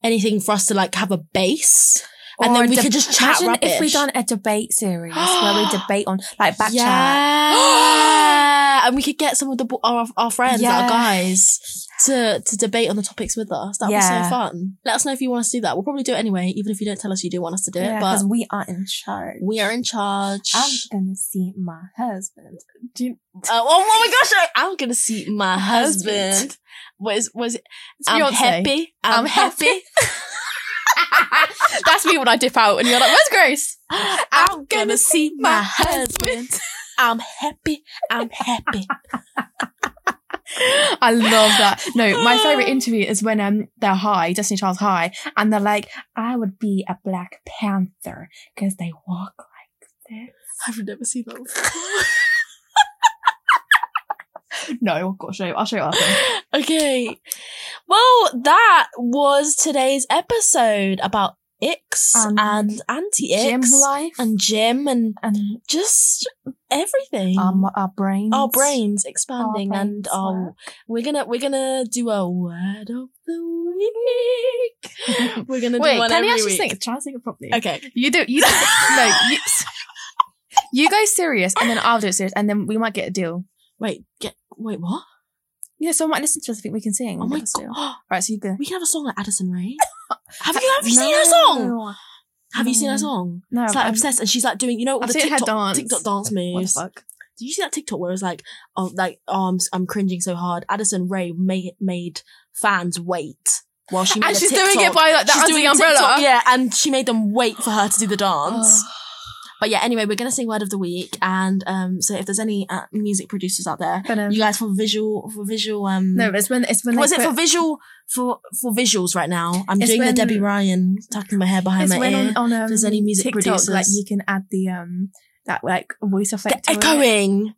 S2: anything for us to like have a base and then we could just chat
S1: Imagine
S2: rubbish.
S1: if we done a debate series where we debate on like back chat.
S2: yeah. and we could get some of the bo- our, our friends, our
S1: Yes.
S2: guys, to to debate on the topics with us. That would be so
S1: Yeah.
S2: fun. Let us know if you want us to do that. We'll probably do it anyway, even if you don't tell us you do want us to do it. But
S1: because we are in charge.
S2: we are in charge.
S1: I'm gonna see my husband. Do you,
S2: Uh, oh, oh my gosh! I, am gonna see my
S1: Husband.
S2: husband. What is was it?
S1: It's
S2: I'm
S1: Beyonce.
S2: happy. I'm,
S1: I'm
S2: happy.
S1: That's me when I dip out, and you're like, "Where's Grace?"
S2: I'm gonna see my husband. I'm happy. I'm happy.
S1: I love that. No, my favorite interview is when um they're high, Destiny Child's high, and they're like, "I would be a Black Panther because they walk like
S2: I've never seen that. Before.
S1: this." No, I've got to show you. I'll show you after.
S2: Okay. Well, that was today's episode about icks
S1: Um,
S2: and anti
S1: Gym
S2: icks
S1: life
S2: and gym and
S1: and
S2: just everything.
S1: um, our brains.
S2: our brains expanding
S1: Our
S2: and
S1: brains
S2: our
S1: work.
S2: we're gonna we're gonna do a word of the week. we're gonna do
S1: Wait,
S2: one
S1: can
S2: every
S1: you actually
S2: week.
S1: sing? it? Try and sing it properly.
S2: Okay.
S1: You do. You do. no. You, you go serious, and then I'll do it serious, and then we might get a deal.
S2: Wait, get wait, what?
S1: You know, someone might listen to us. I think we can sing.
S2: Oh my
S1: Get us a
S2: god.
S1: deal. Right, so you go.
S2: We can have a song like Addison Rae. have you ever seen her song? Have you seen her
S1: No.
S2: song?
S1: No,
S2: It's like
S1: I'm-
S2: obsessed, and she's like doing, you know, all
S1: I've
S2: the
S1: seen her
S2: TikTok,
S1: dance.
S2: TikTok dance
S1: What the
S2: moves.
S1: fuck?
S2: Did you see that TikTok where it was like, oh, like, oh, I'm, I'm cringing so hard. Addison Ray made, made fans wait while she made
S1: And
S2: a
S1: she's
S2: TikTok.
S1: doing it by like that
S2: She's
S1: under
S2: doing
S1: the
S2: a
S1: umbrella. Oh,
S2: TikTok, yeah, and she made them wait for her to do the dance. but yeah, anyway, we're gonna sing word of the week, and um, so if there's any uh, music producers out there,
S1: But, um,
S2: you guys for visual, for visual, um,
S1: no, it's when it's when
S2: was
S1: they
S2: it
S1: put,
S2: for visual for for visuals right now? I'm
S1: It's
S2: doing the
S1: when-
S2: Debbie Ryan tucking my hair behind
S1: it's
S2: my
S1: when
S2: ear.
S1: on, on um,
S2: there's any music
S1: TikTok,
S2: producers.
S1: like you can add the um that like voice
S2: the
S1: effect. to it.
S2: echoing.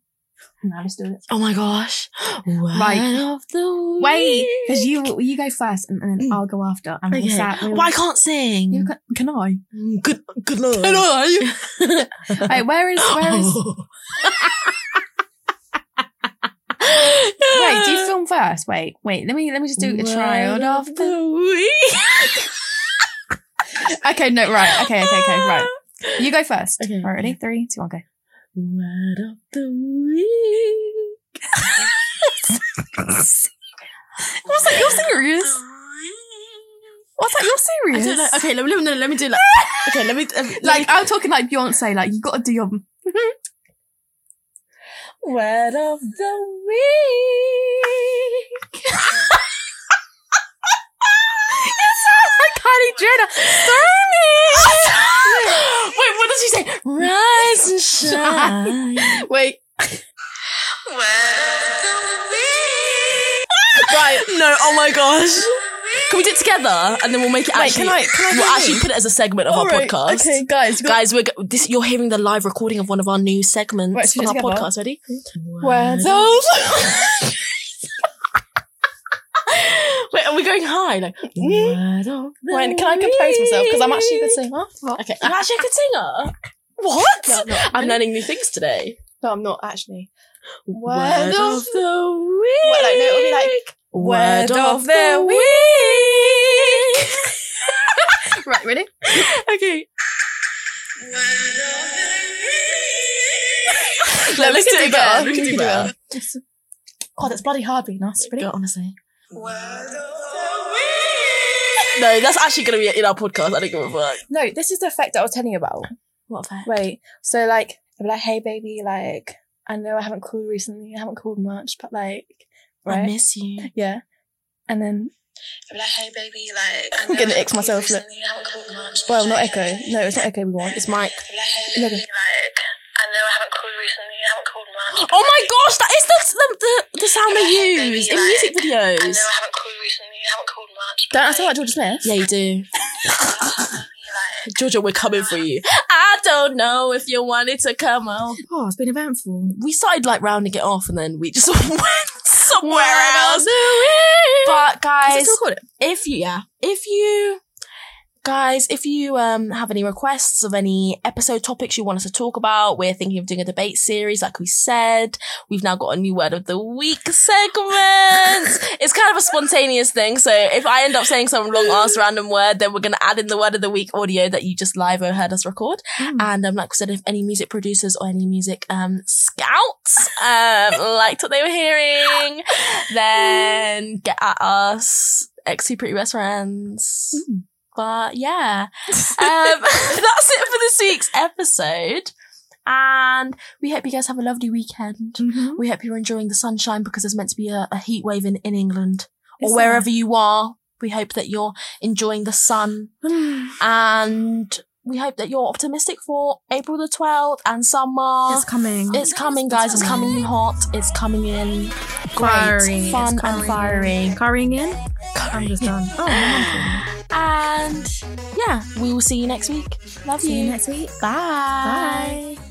S1: No, let's do it.
S2: Oh my gosh.
S1: Right.
S2: Word of the
S1: Wait,
S2: week.
S1: because you you go first, and, and then
S2: Mm.
S1: I'll go after. And
S2: Okay.
S1: we'll start,
S2: Well,
S1: we'll,
S2: I can't sing.
S1: You can, can I?
S2: Mm, Good, good lord.
S1: Hey, where is where is? Wait, do you film first? Wait, wait. Let me let me just do a trial
S2: Word
S1: of
S2: of the week.
S1: Okay, no, right. Okay, okay, okay, right. You go first.
S2: Okay.
S1: Right, ready? Three, two, one, go.
S2: Word of the week.
S1: What's that? You're serious? What's that? You're
S2: I
S1: serious?
S2: don't know. Okay, let me, let me, let me do like. Okay, let me. um, let me-
S1: Like I'm talking like Beyonce. Like you got to do your.
S2: Word of the week.
S1: Kylie Jenner.
S2: Wait, what does she say? Rise and shine.
S1: Wait.
S2: right. No, oh my gosh. Can we do it together and then we'll make it
S1: Wait,
S2: actually
S1: can I- can I do
S2: We'll
S1: me?
S2: actually put it as a segment of our
S1: Alright,
S2: podcast.
S1: Okay, guys. you got-
S2: Guys, we're go- this, you're hearing the live recording of one of our new segments
S1: Right, should
S2: on
S1: we do
S2: our
S1: it together?
S2: podcast. Ready?
S1: Word
S2: Word of- Wait, are we going high? Like, word of the
S1: Hmm? Wait, can I compose myself? Because I'm actually a good
S2: week.
S1: singer. Well,
S2: Okay, I'm actually a good singer. What?
S1: No, I'm not.
S2: I'm learning new things today.
S1: No, I'm not actually.
S2: Word,
S1: Word
S2: of,
S1: of
S2: the week.
S1: What, like, no, it'll be like,
S2: word,
S1: Word
S2: of,
S1: of
S2: the
S1: the
S2: week.
S1: Right, ready?
S2: okay.
S3: Word of the week.
S2: Let's do it again.
S5: We can do better.
S1: God, it's bloody hard being nasty. Really?
S2: Go, honestly. No, that's actually going to be in our podcast. I don't give a fuck.
S1: No, this is the effect that I was telling you about.
S2: What fact?
S1: Wait, so like, I'd be like, hey, baby, like, I know I haven't called recently, I haven't called much, but like,
S2: I
S1: right?
S2: miss you.
S1: yeah. And then,
S6: I'd be like, hey, baby, like.
S1: I'm gonna X myself, look. well, not Echo. No, it's not Echo we want, it's Mike.
S6: Look.
S1: Look.
S6: Like, I know I haven't called recently, I haven't called much.
S2: Oh my gosh, that is the, the, the, the sound they use in music
S6: I know
S2: videos.
S6: I haven't called recently, I haven't called much.
S1: Don't I sound like George Smith?
S2: Yeah, you do.
S6: Like,
S2: Georgia, we're coming for you. I don't know if you wanted to come on.
S1: Oh, it's been eventful.
S2: We started like rounding it off and then we just went somewhere else.
S1: But
S2: But guys,
S1: guys, record it?
S2: if you yeah if you guys if you um have any requests of any episode topics you want us to talk about we're thinking of doing a debate series like we said we've now got a new word of the week segment it's kind of a spontaneous thing so if i end up saying some long ass random word then we're going to add in the word of the week audio that you just live heard us record
S1: Mm.
S2: and um, like we said, if any music producers or any music um, scouts um, liked what they were hearing, then get at us. Ex two pretty best
S1: Mm.
S2: friends. But yeah, um, that's it for this week's episode. And we hope you guys have a lovely weekend.
S1: Mm. Mm-hmm.
S2: We hope you're enjoying the sunshine because there's meant to be a, a heat wave in, in England or
S1: Is there?
S2: wherever you are. We hope that you're enjoying the sun and we hope that you're optimistic for April the 12th and summer.
S1: It's coming.
S2: It's coming, guys. It's coming in hot. It's coming in great,
S1: Fiery. It's
S2: fun and fiery.
S1: Carrying in? I'm just done. Oh,
S2: And yeah, we will see you next week. Love
S1: See you next week.
S2: Bye.
S1: Bye.